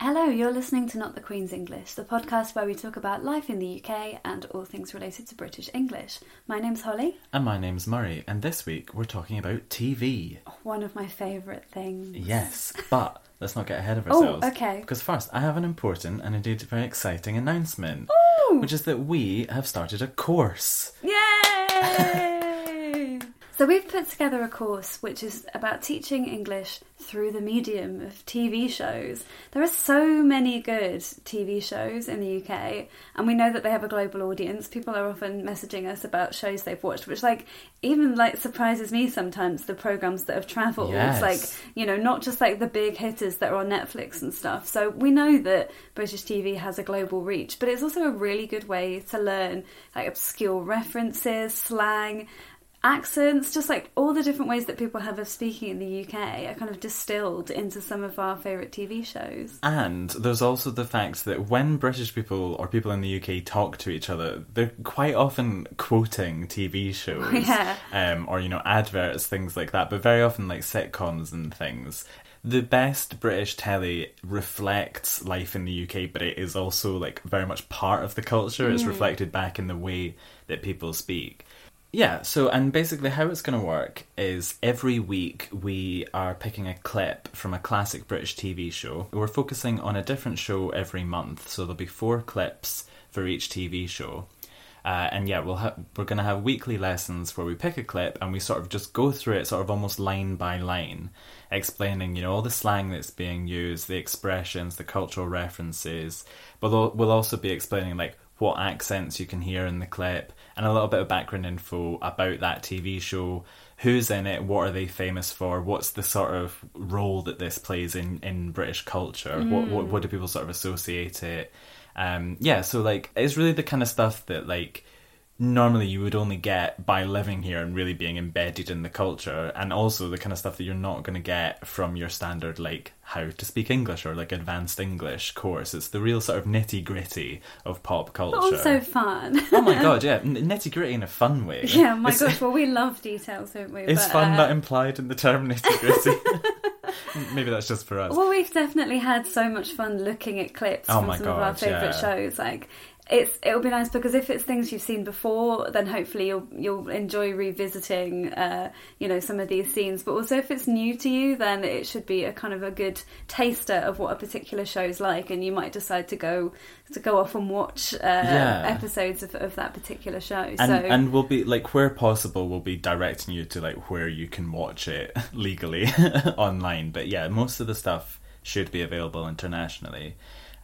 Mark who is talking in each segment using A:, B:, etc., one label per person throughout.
A: Hello, you're listening to Not the Queen's English, the podcast where we talk about life in the UK and all things related to British English. My name's Holly,
B: And my name's Murray, and this week we're talking about TV.
A: one of my favourite things.
B: Yes, but let's not get ahead of
A: Oh,
B: ourselves.
A: okay.
B: Because first, I have an important and indeed very exciting announcement,
A: Ooh!
B: which is that we have started a course.
A: Yay! so we've put together a course which is about teaching English through the medium of TV shows. There are so many good TV shows in the UK, and we know that they have a global audience. People are often messaging us about shows they've watched, which like even like surprises me sometimes the programs that have traveled.
B: Yes.
A: Like, you know, not just like the big hitters that are on Netflix and stuff. So we know that British TV has a global reach, but it's also a really good way to learn like obscure references, slang, accents, just like all the different ways that people have of speaking in the UK are kind of distilled into some of our favourite TV shows.
B: And there's also the fact that when British people or people in the UK talk to each other, they're quite often quoting TV shows
A: Yeah.
B: um, or, you know, adverts, things like that, but very often like sitcoms and things. The best British telly reflects life in the UK, but it is also like very much part of the culture. It's reflected back in the way that people speak. Yeah, so and basically how it's going to work is every week we are picking a clip from a classic British TV show. We're focusing on a different show every month, so there'll be four clips for each TV show. Uh, and yeah, we'll ha- we're going to have weekly lessons where we pick a clip and we sort of just go through it, sort of almost line by line, explaining you know all the slang that's being used, the expressions, the cultural references. But al- we'll also be explaining like what accents you can hear in the clip and a little bit of background info about that TV show, who's in it, what are they famous for, what's the sort of role that this plays in in British culture, what, what
A: Hmm.
B: what do people sort of associate it um yeah so like it's really the kind of stuff that like normally you would only get by living here and really being embedded in the culture and also the kind of stuff that you're not going to get from your standard like how to speak english or like advanced english course it's the real sort of nitty gritty of pop culture
A: But also fun.
B: oh my god yeah nitty gritty in a fun way
A: yeah, my
B: It's-
A: gosh, well we love details, don't we?
B: is
A: But,
B: fun
A: uh,
B: not implied in the term nitty gritty maybe that's just for us
A: Well, we've definitely had so much fun looking at clips
B: Oh
A: from
B: my
A: some of our
B: God,
A: favourite
B: yeah.
A: shows. Like, it's it'll be nice because if it's things you've seen before, then hopefully you'll you'll enjoy revisiting, uh, you know, some of these scenes. But also, if it's new to you, then it should be a kind of a good taster of what a particular show's like, and you might decide to go to go off and watch uh,
B: Yeah.
A: episodes of, of that particular show.
B: and,
A: so
B: and we'll be like where possible we'll be directing you to like where you can watch it legally online but yeah most of the stuff should be available internationally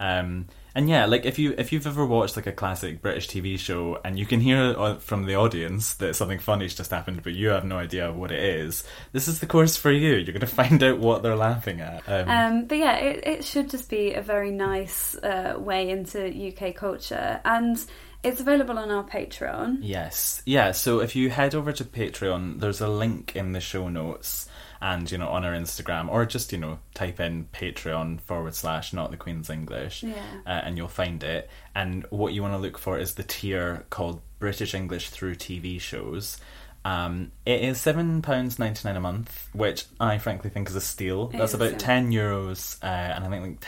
B: um and yeah like if you if you've ever watched like a classic british tv show and you can hear o- from the audience that something funny's just happened but you have no idea what it is this is the course for you you're going to find out what they're laughing at um,
A: Um, but yeah, it, it should just be a very nice uh, way into UK culture. And it's available on our Patreon.
B: Yes. Yeah, so if you head over to Patreon, there's a link in the show notes and, you know, on our Instagram, or just, you know, type in Patreon forward slash not the Queen's English
A: Yeah.
B: uh, and you'll find it. And what you want to look for is the tier called British English through TV shows. Um, it is £7.99 a month, which I frankly think is a steal.
A: It
B: That's
A: is, yeah.
B: about 10 euros uh, and I think like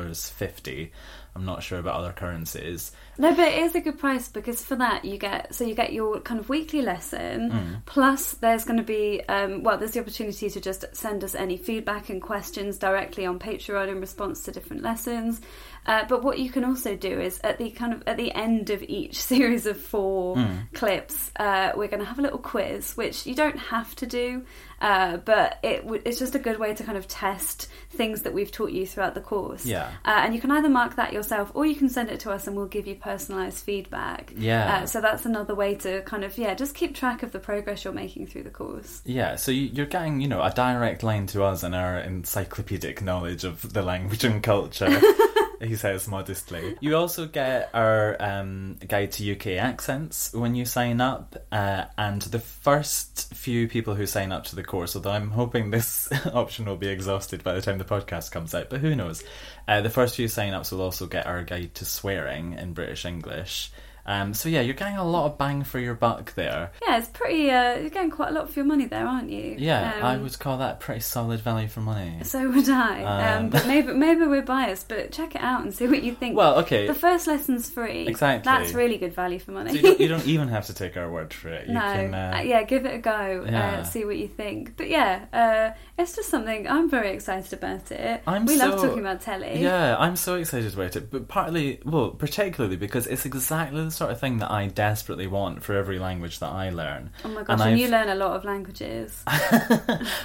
B: $10.50. I'm not sure about other currencies.
A: No, but it is a good price because for that you get so you get your kind of weekly lesson. Plus, there's going to be um, well, there's the opportunity to just send us any feedback and questions directly on Patreon in response to different lessons. Uh, but what you can also do is at the kind of at the end of each series of four clips, uh, we're going to have a little quiz, which you don't have to do, uh, but it w- it's just a good way to kind of test things that we've taught you throughout the course.
B: Yeah.
A: Uh, and you can either mark that yourself or you can send it to us and we'll give you personalised feedback.
B: Yeah.
A: Uh, so that's another way to kind of, yeah, just keep track of the progress you're making through the course.
B: Yeah, so you- you're getting, you know, a direct line to us and our encyclopedic knowledge of the language and culture, he says modestly. You also get our um, guide to UK accents when you sign up, uh, and the first few people who sign up to the course, although I'm hoping this option will be exhausted by the time the podcast comes out, but who knows? Uh, the first few sign ups will also get our guide to swearing in British English. Um, so yeah, you're getting a lot of bang for your buck there.
A: Yeah, it's pretty. Uh, you're getting quite a lot for your money there, aren't you?
B: Yeah,
A: Um,
B: I would call that pretty solid value for money.
A: So would I. Um,
B: Um.
A: but maybe maybe we're biased, but check it out and see what you think.
B: Well, okay.
A: the first lesson's free.
B: Exactly.
A: That's really good value for money.
B: So you, don't, you don't even have to take our word for it. You
A: no,
B: can, uh,
A: Uh, yeah, give it a go. Uh,
B: Yeah.
A: see what you think. But yeah, uh, it's just something I'm very excited about it.
B: I'm
A: we love
B: so-
A: talking about telly.
B: Yeah, I'm so excited about it, but partly, well, particularly because it's exactly the sort of thing that I desperately want for every language that I learn.
A: Oh my
B: And
A: gosh, and,
B: I've-
A: you learn a lot of languages.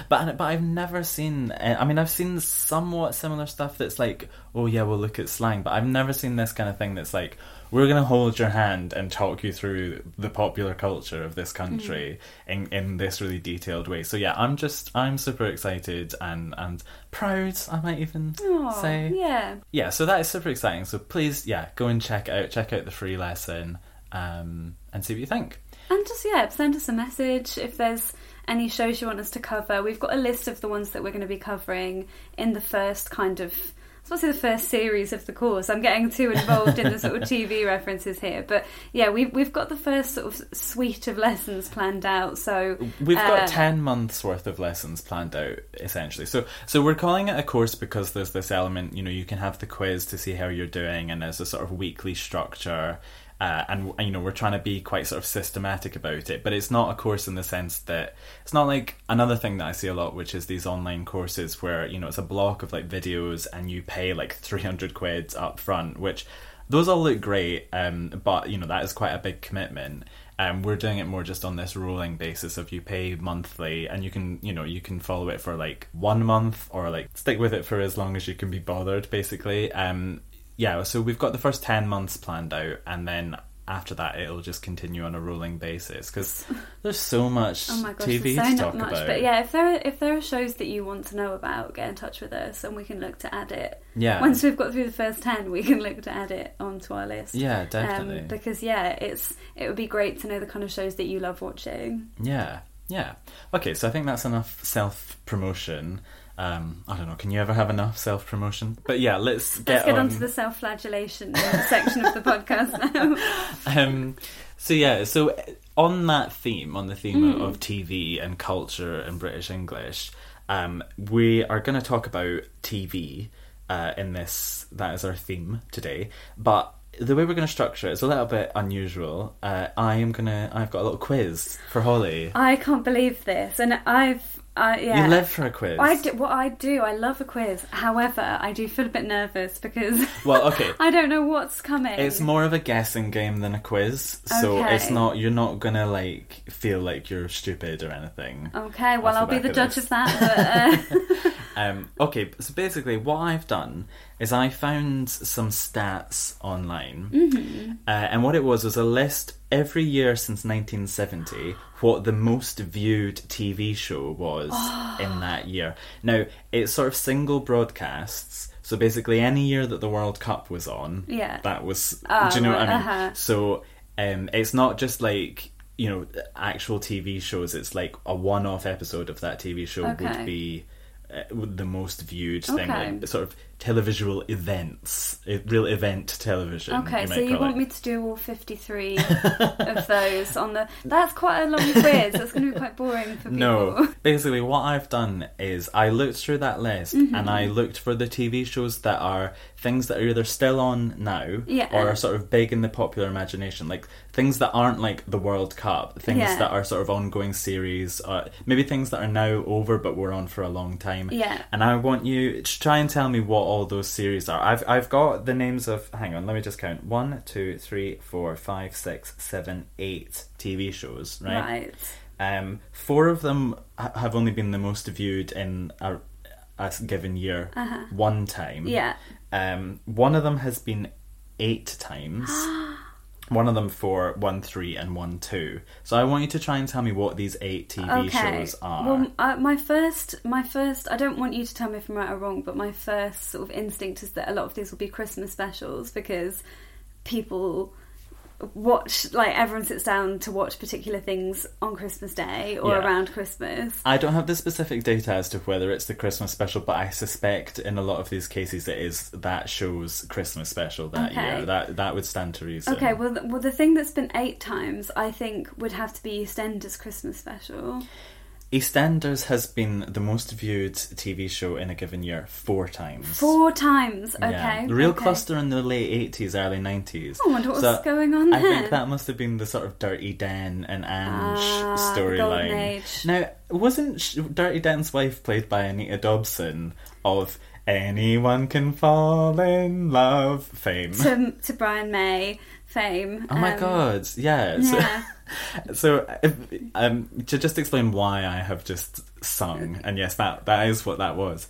B: But but I've never seen. uh, I mean, I've seen somewhat similar stuff that's like, oh yeah, we'll look at slang, but I've never seen this kind of thing that's like, we're gonna hold your hand and talk you through the popular culture of this country in in this really detailed way. So yeah, I'm just I'm super excited and and proud. I might even
A: Oh,
B: say
A: yeah.
B: yeah so that is super exciting so please yeah go and check out check out the free lesson um, and see what you think
A: And just, yeah, send us a message if there's any shows you want us to cover. We've got a list of the ones that we're going to be covering in the first kind of, I was about to say the first series of the course. I'm getting too involved in the sort of TV references here. But yeah, we've, we've got the first sort of suite of lessons planned out. So
B: we've
A: uh,
B: got 10 months worth of lessons planned out essentially so so we're calling it a course because there's this element you know you can have the quiz to see how you're doing and there's a sort of weekly structure uh, and you know we're trying to be quite sort of systematic about it but it's not a course in the sense that it's not like another thing that i see a lot which is these online courses where you know it's a block of like videos and you pay like 300 quid up front which those all look great, um, but you know that is quite a big commitment. Um, we're doing it more just on this rolling basis of you pay monthly, and you can you know you can follow it for like one month or like stick with it for as long as you can be bothered, basically. Um, yeah, so we've got the first ten months planned out, and then after that it'll just continue on a rolling basis because there's so much
A: Oh my gosh,
B: TV
A: there's so
B: to
A: not
B: talk
A: much.
B: about.
A: But yeah, if there are if there are shows that you want to know about, get in touch with us and we can look to add it.
B: Yeah.
A: Once we've got through the first ten, we can look to add it onto our list. Um,
B: Yeah, definitely.
A: because yeah, it's it would be great to know the kind of shows that you love watching.
B: Yeah, yeah. Okay, so I think that's enough self promotion. Um, I don't know. Can you ever have enough self promotion? But yeah, let's get,
A: Let's get
B: on.
A: on to the self-flagellation section of the podcast now.
B: um, so yeah, so on that theme, on the theme
A: Mm.
B: of- of TV and culture and British English, um, we are going to talk about TV uh, in this. That is our theme today, but. The way we're going to structure it is a little bit unusual. Uh, I am gonna. I've got a little quiz for Holly.
A: I can't believe this, and I've I yeah.
B: You live for a quiz.
A: I do, what I do, I love a quiz. However, I do feel a bit nervous because
B: Well, okay.
A: I don't know what's coming.
B: It's more of a guessing game than a quiz, so
A: Okay.
B: it's not you're not gonna like feel like you're stupid or anything.
A: Okay, well,
B: off the
A: I'll be
B: back
A: the
B: of
A: judge
B: this.
A: of that. But, uh,
B: Um, okay, so basically, what I've done is I found some stats online, uh, and what it was was a list every year since 1970 what the most viewed TV show was in that year. Now it's sort of single broadcasts. So basically, any year that the World Cup was on,
A: Yeah.
B: that was.
A: Ah,
B: do you know what I mean?
A: right, uh-huh.
B: So um, it's not just like you know actual TV shows. It's like a one-off episode of that TV show
A: Okay.
B: would be uh, the most viewed thing,
A: Okay.
B: like sort of televisual events, e- real event television.
A: okay,
B: might
A: so you
B: call
A: want
B: it.
A: me to do all 53 of those on the. That's quite a long quiz. That's going to be quite boring for people.
B: No, basically, what I've done is I looked through that list
A: Mm-hmm.
B: and I looked for the TV shows that are things that are either still on now
A: Yeah.
B: or are sort of big in the popular imagination, like things that aren't like the World Cup, things
A: Yeah.
B: that are sort of ongoing series, uh, maybe things that are now over but were on for a long time.
A: Yeah.
B: And I want you to try and tell me what all those series are. I've I've got the names of. Hang on, let me just count. One, two, three, four, five, six, seven, eight TV shows.
A: Right.
B: Right. Um, four of them ha- have only been the most viewed in a, a s- given year one time.
A: Uh-huh. Yeah.
B: Um, one of them has been eight times. one of them for one three and one two. So I want you to try and tell me what these eight TV
A: Okay.
B: shows are.
A: Well, uh, my first, my first. I don't want you to tell me if I'm right or wrong, but my first sort of instinct is that a lot of these will be Christmas specials because people watch like everyone sits down to watch particular things on Christmas Day or
B: Yeah.
A: around Christmas.
B: I don't have the specific data as to whether it's the Christmas special, but I suspect in a lot of these cases it is that show's Christmas special that
A: Okay.
B: year. That that would stand to reason.
A: Okay, well, th- well, the thing that's been eight times, I think, would have to be EastEnders Christmas special.
B: EastEnders has been the most viewed TV show in a given year four times.
A: Four times, okay.
B: Yeah. Real
A: okay. Oh,
B: cluster in the late 80s, early 90s.
A: I wonder what was going on
B: I think
A: there.
B: that must have been the sort of Dirty Dan and Ange
A: Ah, the golden
B: storyline.
A: age.
B: Now, wasn't sh- Dirty Dan's wife played by Anita Dobson of Anyone Can Fall in Love fame?
A: To, to Brian May fame.
B: Oh my
A: um,
B: god, yeah. So-
A: Yeah.
B: So, if, um, to just explain why I have just sung, and yes, that that is what that was.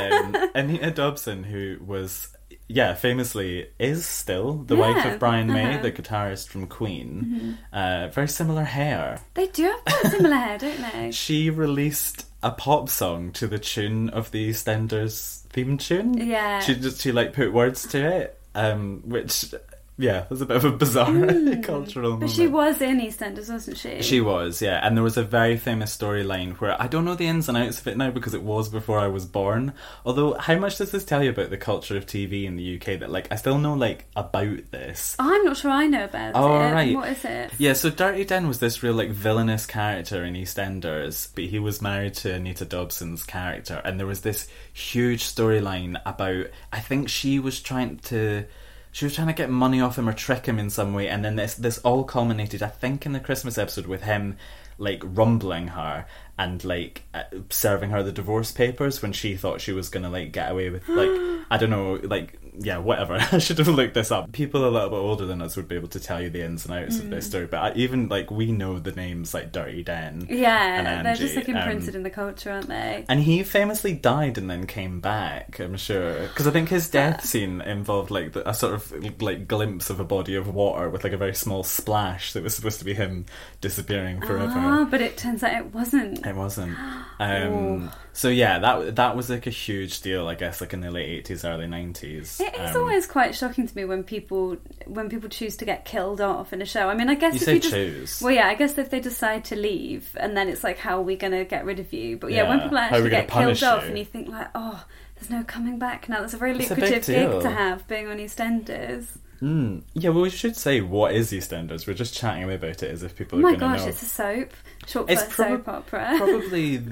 B: Um, Anita Dobson, who was, yeah, famously is still the wife
A: Yeah,
B: of Brian May,
A: uh-huh. Mm-hmm.
B: the guitarist from Queen. Uh, very similar hair.
A: They do have quite similar hair, don't they?
B: She released a pop song to the tune of the EastEnders theme tune.
A: Yeah.
B: she just she like put words to it, um, which. Yeah, was a bit of a bizarre cultural
A: Hmm. But
B: moment.
A: she was in EastEnders, wasn't she?
B: She was, yeah. And there was a very famous storyline where I don't know the ins and outs of it now because it was before I was born. Although, how much does this tell you about the culture of TV in the UK that, like, I still know, like, about this?
A: I'm not sure I know about
B: Oh,
A: it.
B: right.
A: What is it?
B: Yeah, so Dirty Dan was this real, like, villainous character in EastEnders, but he was married to Anita Dobson's character. And there was this huge storyline about, I think she was trying to. She was trying to get money off him or trick him in some way, and then this this all culminated, I think, in the Christmas episode with him like rumbling her and like uh, serving her the divorce papers when she thought she was gonna like get away with like I don't know like yeah whatever I should have looked this up people a little bit older than us would be able to tell you the ins and outs of
A: Mm.
B: this story but I, even like we know the names like Dirty Dan and
A: Yeah,
B: Angie
A: they're just like
B: um,
A: imprinted in the culture, aren't they?
B: and he famously died and then came back, I'm sure. Because I think his death scene involved like the, a sort of like glimpse of a body of water with like a very small splash that was supposed to be him disappearing forever.
A: Ah, but it turns out it wasn't.
B: It wasn't.
A: Oh.
B: Um, so yeah, that that was like a huge deal, I guess, like in the late eighties, early nineties. Um,
A: It is always quite shocking to me when people when people choose to get killed off in a show. I mean, I guess
B: You
A: if
B: say
A: you just,
B: choose.
A: Well, yeah, I guess if they decide to leave, and then it's like, how are we going to get rid of you? But yeah, when
B: Yeah.
A: people
B: How are we
A: actually
B: gonna
A: get killed
B: punish
A: off,
B: you?
A: and you think like, oh, there's no coming back now. That's a very
B: It's a big
A: lucrative
B: deal.
A: gig to have, being on EastEnders.
B: Mm. Yeah, well, we should say what is EastEnders. We're just chatting away about it as if people
A: Oh
B: are
A: my
B: going to know.
A: gosh, it's a soap, short
B: It's
A: for
B: prob-
A: soap opera.
B: Probably,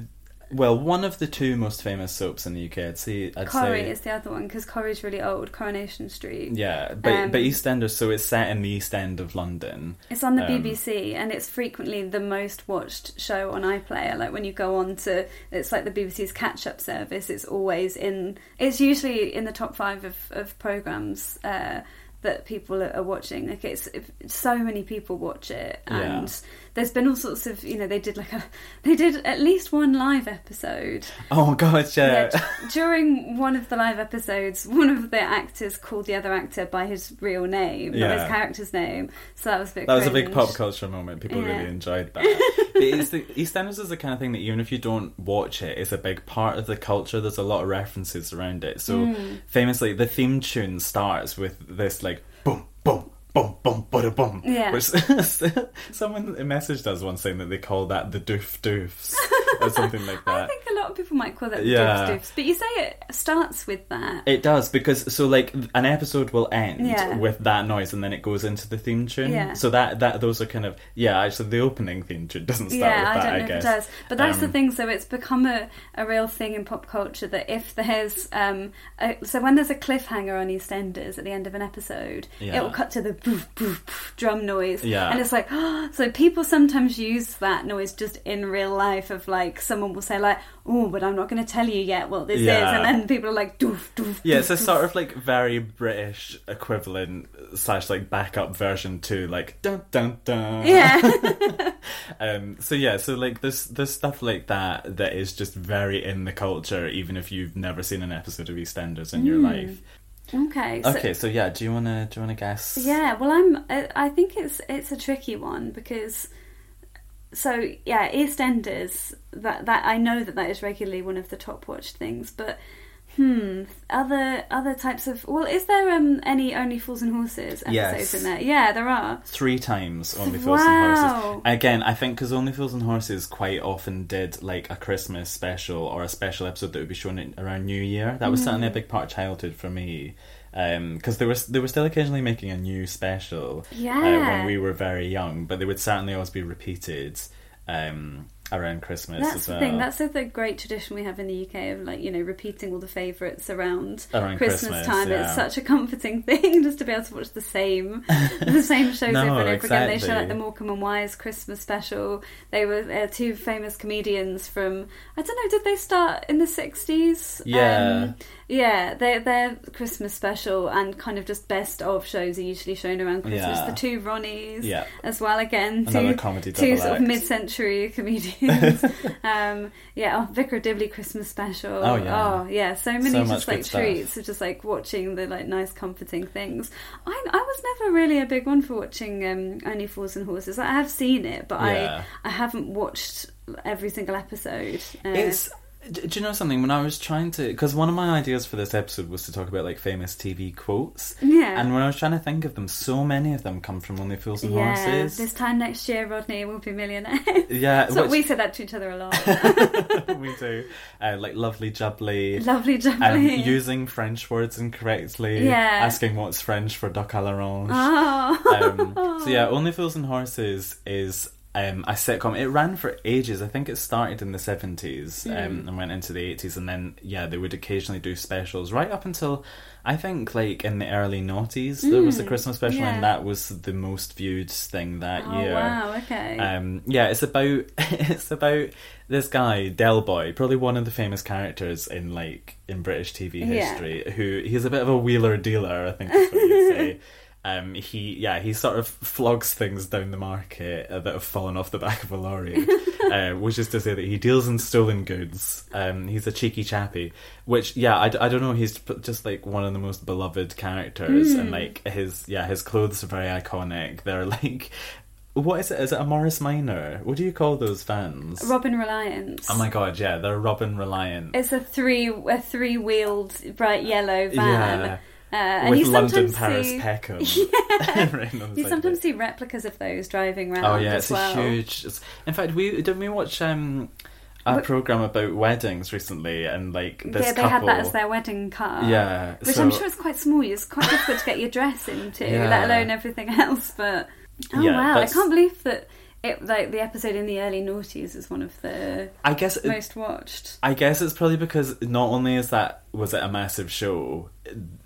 B: well, one of the two most famous soaps in the UK. I'd say. I'd
A: Corrie
B: say
A: is the other one because Corrie's really old. Coronation Street.
B: Yeah, but
A: Um,
B: but EastEnders, so it's set in the East End of London.
A: It's on the
B: Um,
A: BBC and it's frequently the most watched show on iPlayer. Like when you go on to, it's like the BBC's catch up service. It's always in, it's usually in the top five of, of programmes uh, that people are, are watching. Like it's, if- so many people watch it. And there's been all sorts of, you know, they did like a, they did at least one live episode.
B: Oh god, yeah.
A: Yeah, d- during one of the live episodes, one of the actors called the other actor by his real name, not
B: Yeah.
A: his character's name. So that was a bit.
B: That was a big
A: cringe.
B: pop culture moment. People
A: Yeah.
B: really enjoyed that. but it's the, EastEnders is the kind of thing that even if you don't watch it, it's a big part of the culture. There's a lot of references around it. So
A: Hmm.
B: famously, the theme tune starts with this like boom, boom. Boom, boom, bada, boom.
A: Yeah.
B: Which someone messaged us once saying that they call that the doof doofs or something like that.
A: I think a lot of people might call that the
B: Yeah.
A: doofs doofs, but you say it starts with that.
B: It does because so like an episode will end
A: Yeah.
B: with that noise and then it goes into the theme tune.
A: Yeah.
B: So that that those are kind of yeah. Actually, the opening theme tune doesn't start
A: yeah,
B: with that.
A: I don't know
B: guess.
A: if it does, but that's the
B: Um,
A: thing. So it's become a, a real thing in pop culture that if there's um, a, so when there's a cliffhanger on EastEnders at the end of an episode,
B: Yeah.
A: it will cut to the boof, boof, boof drum noise,
B: Yeah.
A: and it's like so people sometimes use that noise just in real life of like someone will say like oh, but I'm not going to tell you yet what this is,
B: Yeah.
A: and then people are like doof doof.
B: Yeah, it's
A: doof,
B: a
A: doof.
B: sort of like very British equivalent slash like backup version to like dun dun dun.
A: yeah.
B: Um, so yeah, so like there's there's stuff like that that is just very in the culture, even if you've never seen an episode of EastEnders in your life.
A: okay. Hmm. So,
B: Okay, so yeah, do you wanna do you wanna guess?
A: Yeah, well, I'm. I, I think it's it's a tricky one because, so yeah, EastEnders. That that I know that that is regularly one of the top watched things, but Hmm. Other other types of well, is there um any Only Fools and Horses episodes
B: Yes.
A: in there? Yeah, there are.
B: three times Only Fools and
A: Wow.
B: Horses. Again, I think because Only Fools and Horses quite often did like a Christmas special or a special episode that would be shown in, around New Year. That was certainly a
A: Mm-hmm.
B: big part of childhood for me. Because they were they were still occasionally making a new special uh,
A: Yeah.
B: when we were very young, but they would certainly always be repeated um, around Christmas.
A: That's
B: as
A: the
B: well.
A: thing. That's the, the great tradition we have in the UK of like you know repeating all the favourites around,
B: Around Christmas,
A: time.
B: yeah.
A: It's such a comforting thing just to be able to watch the same the same shows
B: No,
A: over and over again. They show
B: exactly.
A: like the Morecambe and Wise Christmas special. They were uh, two famous comedians from I don't know. Did they start in the sixties? Um,
B: Yeah.
A: yeah. Their their Christmas special and kind of just best of shows are usually shown around Christmas.
B: Yeah.
A: The two Ronnies
B: Yeah.
A: as well again.
B: Another
A: two,
B: comedy
A: two
B: double
A: sort of
B: act.
A: mid-century comedians. um, yeah, oh, Vicar of Dibley Christmas special.
B: Oh, yeah.
A: oh yeah, so many
B: So much
A: just
B: good
A: like
B: stuff.
A: treats of just like watching the like nice comforting things. I I was never really a big one for watching um, Only Fools and Horses. I have seen it, but
B: Yeah.
A: I I haven't watched every single episode. Uh,
B: It's. d- Do you know something? When I was trying to, because one of my ideas for this episode was to talk about like famous TV quotes,
A: yeah.
B: and when I was trying to think of them, so many of them come from Only Fools and
A: yeah,
B: Horses.
A: this time next year, Rodney will be millionaire.
B: Yeah,
A: so
B: which-
A: we say that to each other a lot.
B: we do. Uh, like lovely jubbly,
A: Lovely
B: um,
A: jubbly.
B: using French words incorrectly,
A: Yeah.
B: asking what's French for duck à l'orange.
A: Oh.
B: Um, so yeah, Only Fools and Horses is um, a sitcom. It ran for ages. I think it started in the seventies
A: Hmm.
B: um, and went into the eighties, and then yeah, they would occasionally do specials right up until I think like in the early noughties there was a Christmas special,
A: Hmm. yeah.
B: and that was the most viewed thing that
A: Oh,
B: year.
A: wow, okay.
B: Um, yeah, it's about it's about this guy Del Boy, probably one of the famous characters in like in British TV
A: Yeah.
B: history. Who he's a bit of a wheeler dealer, I think is what you'd say. Um, he yeah he sort of flogs things down the market uh, that have fallen off the back of a lorry, uh, which is to say that he deals in stolen goods. Um, he's a cheeky chappy, which yeah I, d- I don't know he's p- just like one of the most beloved characters and like his yeah his clothes are very iconic. They're like what is it? Is it a Morris Minor? What do you call those fans?
A: Robin Reliance.
B: oh my god, yeah, they're Robin Reliant.
A: It's a three a three wheeled bright yellow van. Uh, and
B: With
A: you
B: London,
A: sometimes
B: Paris,
A: see,
B: Peckham. written on the
A: you
B: side
A: sometimes
B: of
A: see replicas of those driving
B: it.
A: round.
B: Oh yeah,
A: as
B: it's
A: well.
B: a huge. It's, in fact, we didn't we watch um, a
A: What-
B: program about weddings recently, and like this
A: Yeah, they
B: couple.
A: had that as their wedding car.
B: yeah,
A: which
B: so,
A: I'm sure is quite small. It's quite difficult to get your dress into,
B: Yeah.
A: let alone everything else. But oh
B: Yeah,
A: wow,
B: that's-
A: I can't believe that it like the episode in the early noughties is one of the
B: I guess it-
A: most watched.
B: I guess it's probably because not only is that was it a massive show,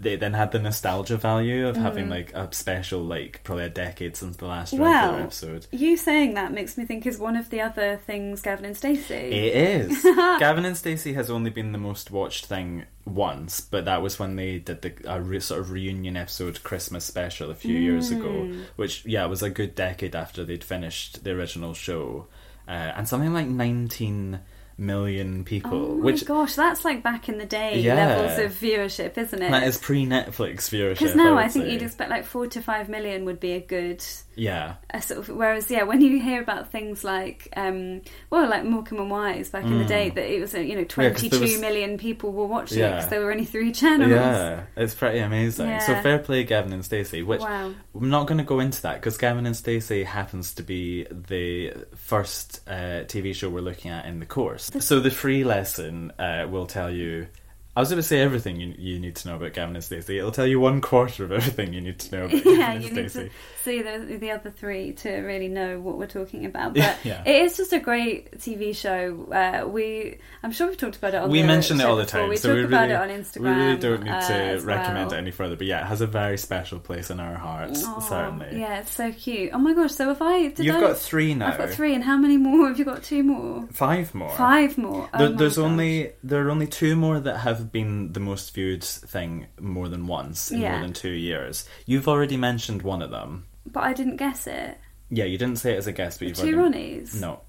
B: they then had the nostalgia value of
A: Mm.
B: having like a special, like probably a decade since the last regular
A: Well,
B: episode.
A: You saying that makes me think is one of the other things Gavin and Stacey.
B: It is. Gavin and Stacey has only been the most watched thing once, but that was when they did the a re- sort of reunion episode Christmas special a few years ago,
A: Mm.
B: which yeah was a good decade after they'd finished the original show, uh, and something like nineteen million people,
A: Oh my
B: which
A: gosh, that's like back in the day
B: Yeah.
A: levels of viewership, isn't it?
B: that is pre Netflix viewership.
A: Because now
B: would
A: I, think
B: say.
A: you'd expect like four to five million would be a good
B: yeah.
A: a sort of. Whereas yeah, when you hear about things like um, well, like Morecambe and Wise back in the day, that it was uh, you know
B: Mm. 'cause
A: twenty-two
B: there
A: million
B: was-
A: people were watching
B: Yeah.
A: because there were only three channels.
B: Yeah, it's pretty amazing. So
A: Yeah.
B: fair play, Gavin and Stacey. Which
A: Wow.
B: I'm not going to go into that because Gavin and Stacey happens to be the first uh, TV show we're looking at in the course. So the free lesson uh, will tell you. I was going to say everything you, you need to know about Gavin and Stacey. It'll tell you one quarter of everything you need to know about
A: yeah,
B: Gavin
A: you
B: and
A: need
B: Stacey.
A: to see the, the other three to really know what we're talking about. But
B: Yeah.
A: it is just a great TV show. Uh, we, I'm sure we've talked about it. on
B: we
A: the
B: mention it
A: show
B: all the
A: before.
B: time,
A: We
B: so
A: talk
B: we really,
A: about it on Instagram.
B: we really don't need
A: uh,
B: to
A: as
B: recommend
A: well.
B: it any further. But yeah, it has a very special place in our hearts,
A: Aw,
B: certainly.
A: Yeah, it's so cute. Oh my gosh! So have I? Did
B: You've
A: I,
B: got three now.
A: I've got three, and how many more have you got? Two more,
B: Five more.
A: five more. Oh
B: There,
A: my
B: there's
A: gosh.
B: only there are only two more that have been the most viewed thing more than once in more
A: Yeah.
B: than two years. You've already mentioned one of them.
A: but I didn't guess it.
B: Yeah, you didn't say it as a guess, but you've
A: Two
B: already
A: Ronnies.
B: no.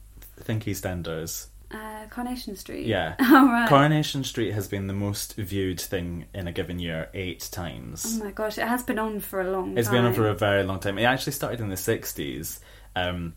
B: Thinky Standers.
A: Uh, Carnation Street.
B: Yeah.
A: All right.
B: Coronation Street has been the most viewed thing in a given year eight times.
A: oh my gosh! It has been on for a long.
B: It's
A: time.
B: been on for a very long time. It actually started in the sixties. Um,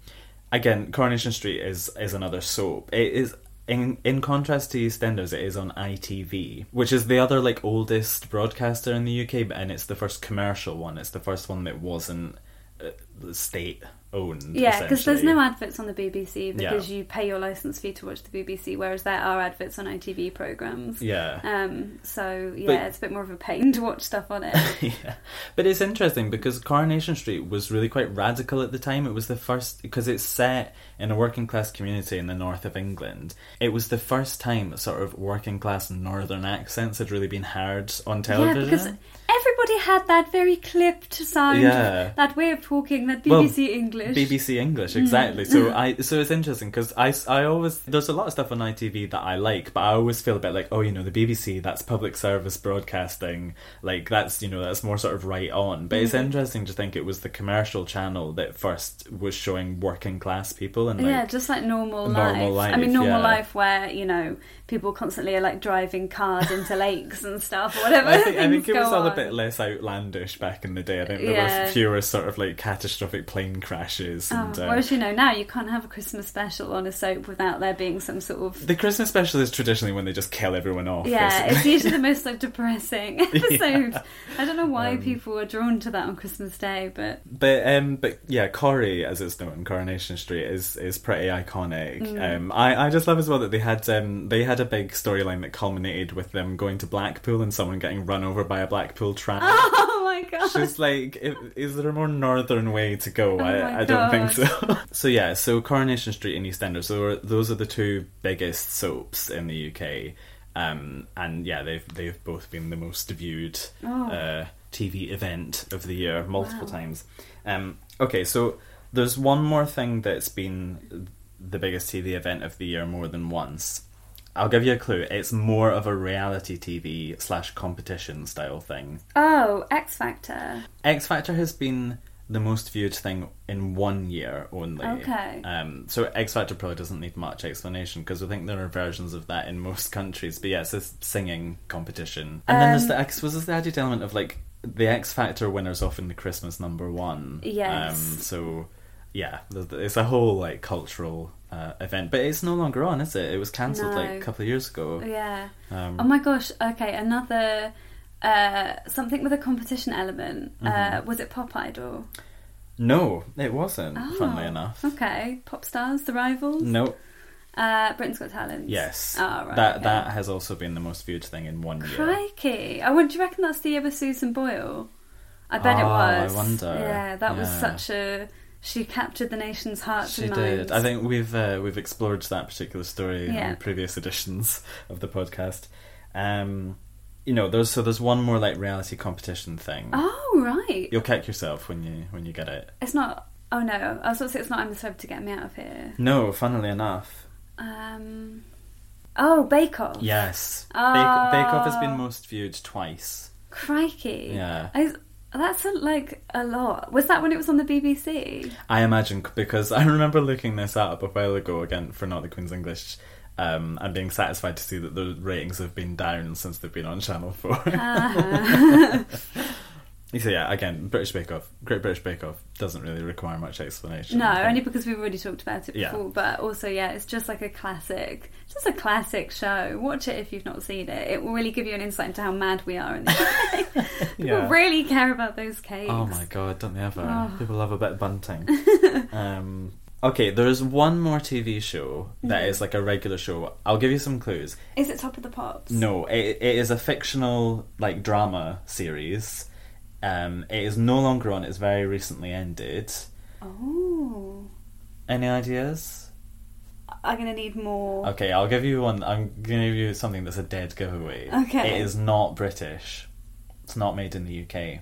B: again, Coronation Street is is another soap. It is in in contrast to EastEnders, it is on ITV, which is the other like oldest broadcaster in the UK, but and it's the first commercial one. It's the first one that wasn't uh, state owned.
A: Yeah, because there's
B: essentially.
A: no adverts on the BBC
B: Yeah.
A: because you pay your license fee to watch the BBC, whereas there are adverts on ITV programs.
B: Yeah.
A: Um, so yeah,
B: But-
A: it's a bit more of a pain to watch stuff on it.
B: yeah. But it's interesting because Coronation Street was really quite radical at the time. It was the first, because it's set in a working class community in the north of England. It was the first time sort of working class northern accents had really been heard on
A: yeah,
B: television.
A: because everybody had that very clipped sound,
B: Yeah.
A: that way of talking, that BBC
B: Well,
A: English. Mm-hmm.
B: BBC English, exactly. So I, so it's interesting because I, I always there's a lot of stuff on ITV that I like, but I always feel a bit like, oh, you know, the BBC that's public service broadcasting, like that's you know that's more sort of right on. But
A: Mm-hmm.
B: it's interesting to think it was the commercial channel that first was showing working class people and like
A: yeah, just like normal,
B: normal
A: life. I
B: life,
A: mean, normal
B: yeah.
A: life where you know people constantly are like driving cars into lakes and stuff, or whatever.
B: I think, I think
A: things
B: it was
A: go
B: all a
A: on.
B: bit less outlandish back in the day. I think there
A: Yeah.
B: were fewer sort of like catastrophic plane crashes.
A: Oh,
B: And, um,
A: whereas you know now you can't have a Christmas special on a soap without there being some sort of
B: the Christmas special is traditionally when they just kill everyone off.
A: yeah.
B: basically.
A: It's usually the most like depressing episode. I don't know why
B: Um,
A: people are drawn to that on Christmas Day, but
B: But um, but yeah, Corey, as it's known, Coronation Street is is pretty iconic.
A: Mm.
B: Um, I I just love as well that they had um they had a big storyline that culminated with them going to Blackpool and someone getting run over by a Blackpool tram.
A: oh my god, Oh,
B: She's like, i- is there a more northern way to go?
A: my
B: I, I don't think so. so yeah, so Coronation Street and EastEnders, so are- those are the two biggest soaps in the UK, um, and yeah, they've they've both been the most viewed
A: Oh.
B: uh, TV event of the year multiple times. Um, okay, so there's one more thing that's been the biggest TV event of the year more than once. I'll give you a clue. It's more of a reality TV slash competition style thing.
A: oh X Factor.
B: X Factor has been the most viewed thing in one year only.
A: Okay.
B: Um, so X Factor probably doesn't need much explanation because I think there are versions of that in most countries. But yeah, it's this singing competition, and then there's
A: Um,
B: the X. Was this the added element of like the X Factor winners often the Christmas number one?
A: Yes.
B: Um, so yeah, th- th- it's a whole like cultural. Uh, event, but it's no longer on, is it? It was cancelled like
A: No.
B: a couple of years ago.
A: Yeah.
B: Um,
A: oh my gosh. Okay, another uh, something with a competition element.
B: Mm-hmm.
A: Uh, was it Pop Idol?
B: No, it wasn't. Funnily
A: Oh,
B: enough,
A: Okay, Pop Stars, The Rivals.
B: no,
A: Uh, Britain's Got Talent.
B: Yes.
A: Oh, right.
B: That
A: okay.
B: that has also been the most viewed thing in one year.
A: Crikey! I would. Do you reckon that's the year with Susan Boyle? I bet it
B: Oh, I
A: was.
B: wonder.
A: Yeah, that was
B: Yeah.
A: such a. She captured the nation's hearts
B: She
A: and
B: did.
A: minds.
B: I think we've uh, we've explored that particular story
A: Yeah.
B: in previous editions of the podcast. Um, you know, there's so there's one more like reality competition thing.
A: Oh right.
B: You'll kick yourself when you when you get it.
A: It's not. Oh no. I was going to say it's not. I'm a celeb to get me out of here.
B: No, funnily enough,
A: Um. Oh, Bake Off.
B: yes,
A: Oh.
B: Bake, Bake Off has been most viewed twice.
A: Crikey.
B: Yeah.
A: I, that's a, like a lot. Was that when it was on the BBC?
B: I imagine c- because I remember looking this up a while ago again for Not the Queen's English. Um, and being satisfied to see that the ratings have been down since they've been on Channel 4.
A: Uh-huh.
B: so, yeah, again, British Bake Off, Great British Bake Off doesn't really require much explanation.
A: No,
B: I think.
A: only because we've already talked about it
B: Yeah.
A: before. But also, yeah, it's just like a classic, just a classic show. Watch it if you've not seen it. It will really give you an insight into how mad we are. And people
B: Yeah.
A: really care about those cakes.
B: Oh my god, don't they ever?
A: Oh.
B: People love a bit of bunting. um, okay, there is one more TV show that is like a regular show. I'll give you some clues.
A: Is it Top of the Pops?
B: No, it, it is a fictional like drama series. Um, it is no longer on. It's very recently ended.
A: Oh,
B: Any ideas?
A: I'm gonna need more.
B: Okay, I'll give you one. I'm gonna give you something that's a dead giveaway.
A: Okay.
B: It is not British. It's not made in the UK.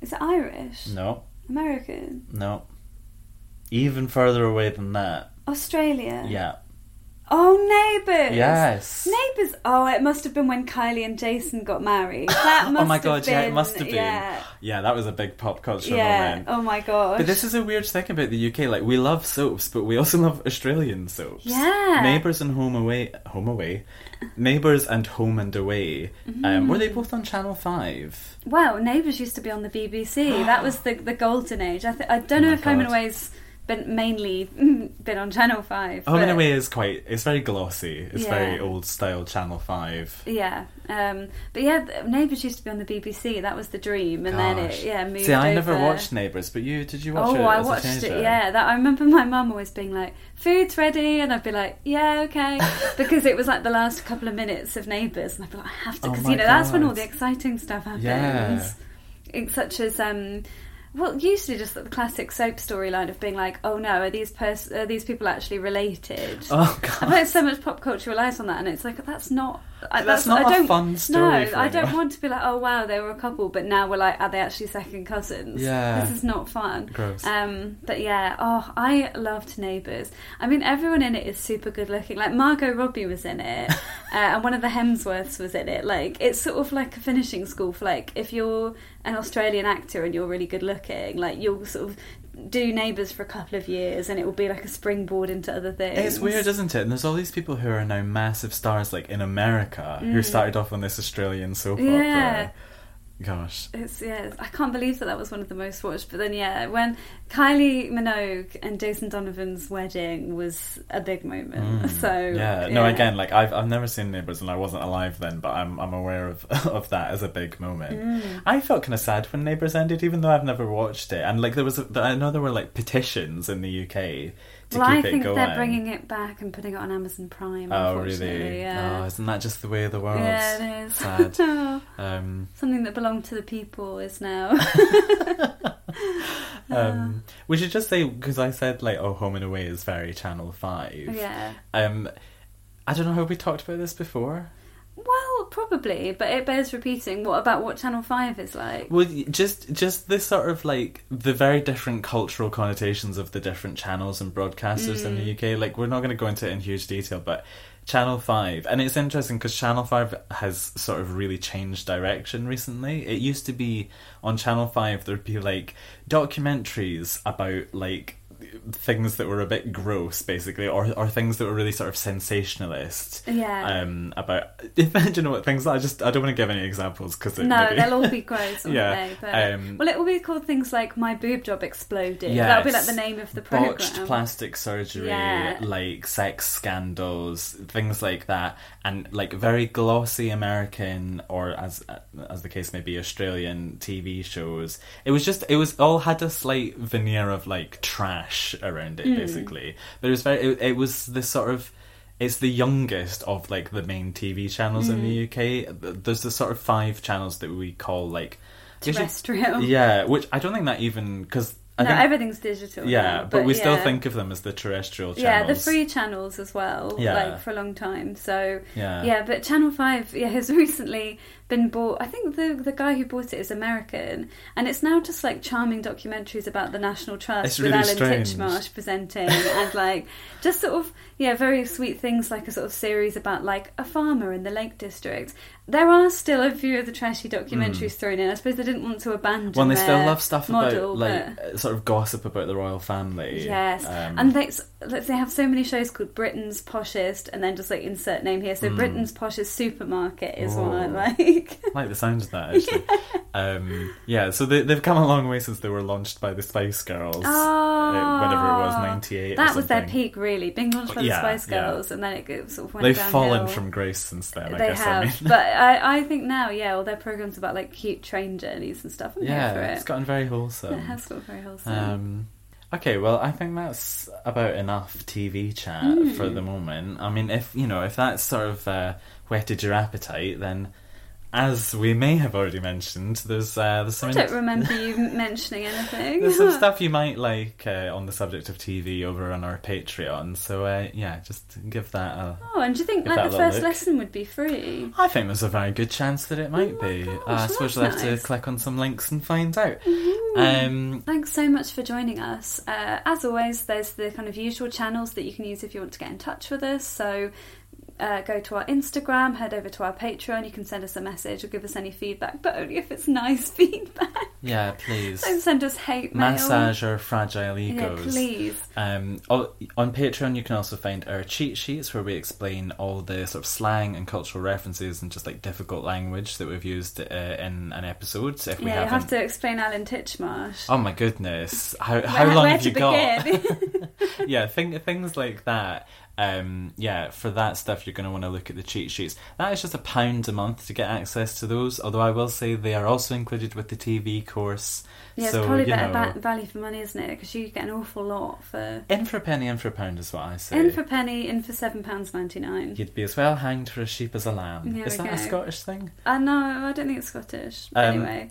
A: Is it Irish?
B: No,
A: American?
B: no. Even further away than that.
A: Australia?
B: Yeah.
A: Oh, Neighbours.
B: Yes.
A: Neighbours. Oh, it must have been when Kylie and Jason got married. That must
B: oh my
A: have
B: god,
A: been,
B: yeah, it must have been.
A: Yeah.
B: Yeah, that was a big pop culture
A: yeah.
B: moment.
A: Oh my gosh.
B: But this is a weird thing about the UK. Like we love soaps, but we also love Australian soaps.
A: Yeah.
B: Neighbours and Home Away, Home Away, Neighbours and Home and Away. Um,
A: Mm-hmm.
B: were they both on Channel Five?
A: Wow, Neighbours used to be on the BBC. that was the the golden age. I, th- I don't know
B: Oh my
A: if Home and
B: God.
A: Away's been mainly been on Channel Five.
B: Home and
A: but-
B: Away is quite. It's very glossy. It's
A: Yeah.
B: very old style Channel Five.
A: Yeah, um, but yeah, th- Neighbours used to be on the BBC. That was the dream, and then
B: Gosh.
A: it yeah moved.
B: See, I never
A: over.
B: watched Neighbours, but you did you watch
A: Oh,
B: it?
A: I
B: as
A: watched
B: a teenager?
A: it. Yeah, that I remember my mum always being like, "Food's ready," and I'd be like, "Yeah, okay," because it was like the last couple of minutes of Neighbours, and I'd be like, "I have to,"
B: Oh
A: because
B: my
A: you know that's when all
B: God.
A: the exciting stuff happens.
B: Yeah.
A: It's such as um, well, usually just the classic soap storyline of being like, "Oh no, are these pers- are these people actually related?"
B: Oh
A: I
B: god.
A: put so much pop culture relies on that, and it's like that's not. I-
B: That's not
A: I
B: a
A: don't,
B: fun story
A: No,
B: for
A: I don't
B: anyone.
A: want to be like, oh wow, they were a couple, but now we're like, are they actually second cousins?
B: Yeah.
A: this is not fun.
B: Gross.
A: Um, but yeah, oh, I loved Neighbours. I mean, everyone in it is super good looking. Like Margot Robbie was in it, uh, and one of the Hemsworths was in it. Like it's sort of like a finishing school for like if you're an Australian actor and you're really good looking, like you'll sort of. Do neighbours for a couple of years, and it will be like a springboard into other things.
B: It's weird, isn't it? And there's all these people who are now massive stars, like in America, who started off on this Australian soap
A: Mm. Yeah.
B: opera. Gosh.
A: It's yeah, I can't believe that that was one of the most watched. But then yeah, when Kylie Minogue and Jason Donovan's wedding was a big moment. So
B: Mm. Yeah. No, again, like I've I've never seen Neighbours and I wasn't alive then, but I'm I'm aware of of that as a big moment.
A: Mm.
B: I felt kind of sad when Neighbours ended, even though I've never watched it. And like there was, a, I know there were like petitions in the UK to
A: well, I
B: keep it
A: think
B: going.
A: they're bringing it back and putting it on Amazon Prime.
B: oh
A: unfortunately,
B: really? Oh,
A: Yeah.
B: isn't that just the way of the world?
A: yeah, it is.
B: Sad. Um,
A: Something that belonged to the people is now.
B: Um, we should just say because I said like, oh, Home and Away is very Channel Five.
A: Oh, yeah.
B: Um, I don't know. Have we talked about this before?
A: Well, probably, but it bears repeating. What about what Channel Five is like?
B: Well, y- just just this sort of like the very different cultural connotations of the different channels and broadcasters
A: Mm.
B: in the UK. Like, we're not going to go into it in huge detail, but Channel Five, and it's interesting because Channel Five has sort of really changed direction recently. It used to be on Channel Five there'd be like documentaries about like things that were a bit gross basically or or things that were really sort of sensationalist
A: Yeah.
B: um about imagine what things i just i don't want to give any examples because
A: No, they'll all be gross, won't
B: Yeah,
A: they? But,
B: um,
A: well, it will be called things like "My boob job exploded." That'll be like
B: Yes.
A: the name of the program.
B: botched plastic surgery,
A: Yeah.
B: like sex scandals, things like that, and like very glossy American or as as the case may be, Australian TV shows. It was just it was all had a slight veneer of like trash around it,
A: Hmm.
B: basically. But it was very it, it was this sort of it's the youngest of like the main TV channels in
A: Hmm.
B: the UK. There's the sort of five channels that we call like.
A: Terrestrial.
B: Yeah, which I don't think that even because I
A: no,
B: think
A: everything's digital.
B: yeah,
A: now,
B: but, we still
A: yeah.
B: think of them as the terrestrial
A: Yeah,
B: channels.
A: the free channels as well,
B: Yeah.
A: like for a long time. So
B: Yeah.
A: but Channel Five, yeah, has recently been bought. I think the the guy who bought it is American, and it's now just like charming documentaries about the National Trust
B: It's
A: with
B: really
A: Alan
B: strange.
A: Titchmarsh presenting, and like just sort of yeah, very sweet things like a sort of series about like a farmer in the Lake District. There are still a few of the trashy documentaries thrown in. I suppose they didn't want to abandon.
B: Hmm. Well, and they still
A: their
B: love stuff
A: model,
B: about like
A: but-
B: uh, sort of gossip about the royal family.
A: Yes,
B: um,
A: and they they have so many shows called Britain's Poshest, and then just like insert name here.
B: Hmm.
A: So Britain's Poshest Supermarket is one I
B: Ooh.
A: like.
B: I like the sound of that. Actually. Um, yeah, so they, they've come a long way since they were launched by the Spice Girls. uh, whenever it was
A: Oh.
B: ninety eight.
A: That was their
B: peak.
A: peak, really, being launched by
B: Yeah,
A: the Spice
B: yeah.
A: Girls, and then it go- sort of went
B: They've
A: downhill.
B: fallen from grace since then. I
A: they
B: guess.
A: have,
B: I mean.
A: but I, I think now, yeah, all their programs about like cute train journeys and stuff. I'm here for
B: yeah,
A: it.
B: it's gotten very wholesome.
A: it has got very wholesome.
B: Um, okay, well, I think that's about enough TV chat
A: Hmm.
B: for the moment. I mean, if you know, if that sort of uh, whetted your appetite, then as we may have already mentioned, there's uh, there's some
A: I don't remember you mentioning anything.
B: there's some stuff you might like uh, on the subject of TV over on our Patreon. So uh, yeah, just give that a.
A: Oh, and do you think
B: Give that
A: like the
B: a little
A: first
B: look.
A: lesson would be free?
B: I think there's a very good chance that it might be.
A: Oh gosh,
B: uh, I
A: that's
B: suppose we'll have
A: nice. Hmm.
B: to click on some links and find out. Um,
A: Thanks so much for joining us. Uh, as always, there's the kind of usual channels that you can use if you want to get in touch with us. So uh, go to our Instagram, head over to our Patreon. You can send us a message or give us any feedback, but only if it's nice feedback.
B: Yeah, please.
A: Don't send us hate mail.
B: Massage our fragile
A: Yeah,
B: egos.
A: please.
B: Um, o- on Patreon, you can also find our cheat sheets where we explain all the sort of slang and cultural references and just like difficult language that we've used uh, in an episode. If we
A: yeah, you
B: haven't,
A: have to explain Alan Titchmarsh.
B: oh my goodness, how how
A: Where-
B: long
A: where
B: have
A: to
B: you got?
A: begin?
B: yeah, thing, things like that. Um, yeah, for that stuff, you're going to want to look at the cheat sheets. That is just a pound a month to get access to those. Although I will say they are also included with the TV course.
A: yeah, it's
B: so
A: probably
B: you
A: better
B: know,
A: va- value for money, isn't it? Because you get an awful lot for.
B: in for a penny, in for a pound is what I say.
A: In for a penny, in for seven pounds ninety nine.
B: You'd be as well hanged for a sheep as a lamb.
A: There
B: is
A: we
B: that a
A: go.
B: Scottish thing?
A: I know. I don't think it's Scottish.
B: Um,
A: anyway,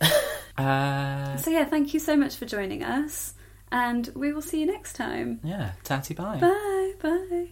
B: Uh,
A: so yeah, thank you so much for joining us, and we will see you next time.
B: yeah, tatty bye.
A: Bye, bye.